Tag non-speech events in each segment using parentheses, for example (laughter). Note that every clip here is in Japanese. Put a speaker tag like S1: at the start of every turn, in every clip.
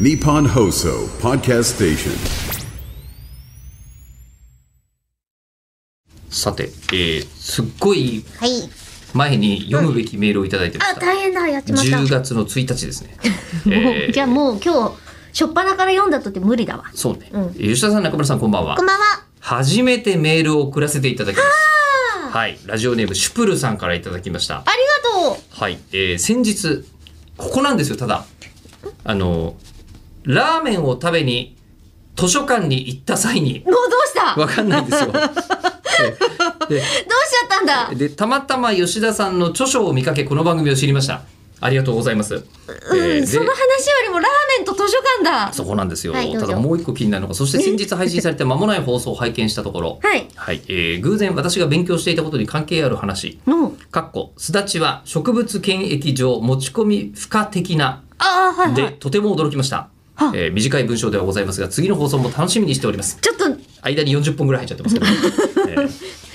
S1: Nippon Hoso Podcast Station.
S2: さて、えー、すっごい
S3: はい。
S2: 前に読むべきメールをいただいてまし
S3: あ、
S2: た。
S3: 大変だ。やっちまった。
S2: 10月の1日です
S3: (laughs)
S2: ね。
S3: もうじゃあもう今日、初っ端から読んだとって無理だわ。
S2: そうね、
S3: うん
S2: 吉田さん、中村さん、こんばんは
S3: こん。ばんは。
S2: 初めてメールを送らせていただきます。はい、ラジオネームシュプルさんからいただきました。
S3: ありがとう。
S2: はい、えー、先日、ここなんですよ、ただ。あの、ラーメンを食べに図書館に行った際に、
S3: もうどうしたど
S2: わ
S3: う
S2: かんないん
S3: (laughs)
S2: ですよ。でで
S3: しちゃったんだ
S2: でたまたま吉田さんの著書を見かけこの番組を知りましたありがとうございます、えー
S3: うん、
S2: で
S3: その話よりもラーメンと図書館だ。
S2: そこなんですよ、
S3: はいどう
S2: た
S3: ぞ
S2: だもう一個気になるのがそして先日配信されて間もない放送を拝見したところ
S3: (laughs) はい
S2: はいえー偶然私が勉強していたことに関係ある話
S3: の、
S2: かっこすだちは植物検疫上持ち込み不可的な
S3: ああ、はいは
S2: で
S3: い。
S2: とても驚きました、
S3: は
S2: えー短い文章ではございますが次の放送も楽しみにしております
S3: ちょっと、
S2: 間に40本ぐらい入っちゃってますけ
S3: (laughs)
S2: ど、えー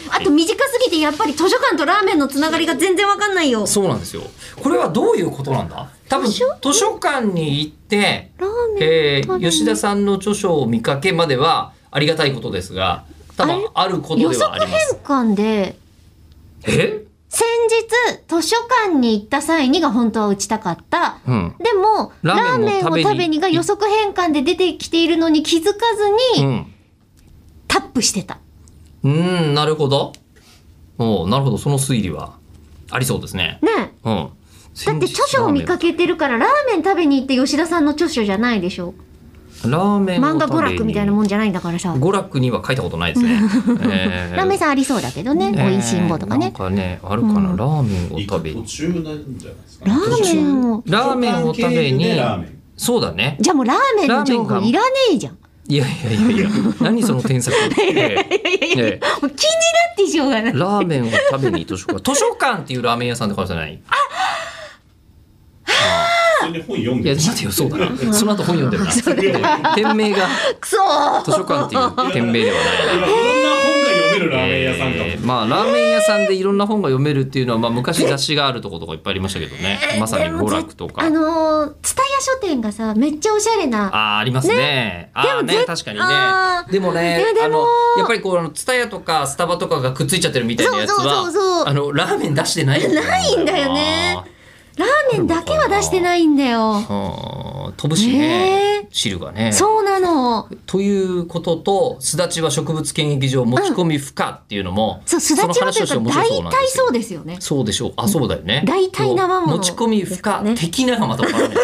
S3: あと短すぎてやっぱり図書館とラーメンのつながりが全然わかんないよ。
S2: そうなんですよ。これはどういうことなんだ多分図
S3: 図書
S2: 書館に行って、
S3: ラーメン。
S2: えー
S3: 食べに
S2: 吉田さんの著書を見かけまではありがたいことですが多分あること
S3: 予
S2: ではあ
S3: 測
S2: ります。
S3: 変換で、
S2: え
S3: 先日図書館に行った際にが本当は打ちたかった。
S2: うん。
S3: でも、
S2: ラ
S3: ラ
S2: ー
S3: ー
S2: メン
S3: メン
S2: を食
S3: を
S2: べに
S3: 食べにが予測変換で出てきているのに気づかず
S2: う
S3: に、
S2: ん。
S3: タップしてた。
S2: うん、なるほど。おうなるほど。その推理はありそうですね。
S3: ねえ。
S2: うん。
S3: だって著書を見かけてるからラーメン食べに行って吉田さんの著書じゃないでしょ
S2: ラーメンを
S3: 漫画娯楽みたいなも
S2: ん。
S3: んじゃないんだからさ
S2: 娯楽には書いたことないです
S3: (laughs)
S2: ね。えー
S3: ラーメンさんありそうだけどね美味しんぼと
S2: な
S3: か
S2: ん
S3: ね
S2: かね、あるかな。
S3: うん
S2: ラーメンを
S4: 行
S2: 食
S4: く
S2: べに
S4: 途。中なんじゃないですか
S3: ラーメンを
S2: ラーメンを食
S4: 途中
S2: べに
S4: 経由でラーメン
S2: そうだね
S3: じゃあもうラーメンの情報いらねえじゃん
S2: いやいやい
S4: (laughs)
S2: やいや何その添削、ええええ
S3: (laughs) もう気になってしょうがない
S2: ラーメンを食べに図書館図書館っていうラーメン屋さんとかじゃない
S4: 普通に本読ん
S2: い
S4: で
S2: や
S4: る
S2: 待てよそうだなその後本読んでるな
S3: そうだ
S2: 店名が
S3: くそー
S2: 図書館っていう店名ではない
S4: いろんな本が読めるラーメン屋さんかも
S2: ええまあラーメン屋さんでいろんな本が読めるっていうのは、まあ、昔雑誌があるとことかいっぱいありましたけどねまさに娯楽とか
S3: あのー蔦屋書店がさめっちゃおしゃれな
S2: あーありますね。ああ
S3: で
S2: ね
S3: も
S2: 確かに
S3: あ
S2: ね。
S3: ー
S2: でもね
S3: いやでも
S2: あのやっぱりこうあのツタヤとかスタバとかがくっついちゃってるみたいなやつは
S3: そうそうそうそう
S2: あのラーメン出してないんだよな。
S3: ないんだよねラーメンだけは出してないんだよ
S2: うん飛ぶしね、
S3: ね
S2: 汁がね。
S3: そうなの
S2: ということとすだちは植物検疫上持ち込み不可っていうのも、
S3: そうすだちはと
S2: その話
S3: いうか
S2: として面白そうな
S3: 大
S2: んで
S3: 体
S2: すよ
S3: そうですよね
S2: そうでしょう。あ、そうだよね。
S3: 大体生もの
S2: 持ち込み不可的ながまたわからない。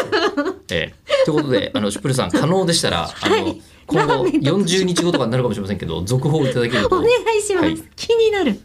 S3: (laughs)
S2: ええ。ということで、あのシュプルさん可能でしたら、あの、
S3: はい
S2: 今後
S3: ラーメンと
S2: 40日後とかになるかもしれませんけど、続報をいただける
S3: お
S2: と
S3: 願いします、
S2: はい
S3: 気になる